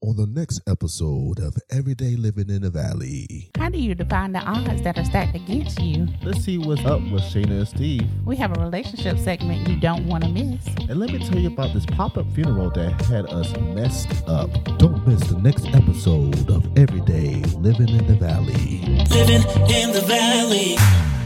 on the next episode of Everyday Living in the Valley. How do you define the odds that are stacked against you? Let's see what's up with Shayna and Steve. We have a relationship segment you don't want to miss. And let me tell you about this pop up funeral that had us messed up. Don't miss the next episode of Everyday Living in the Valley. Living in the valley.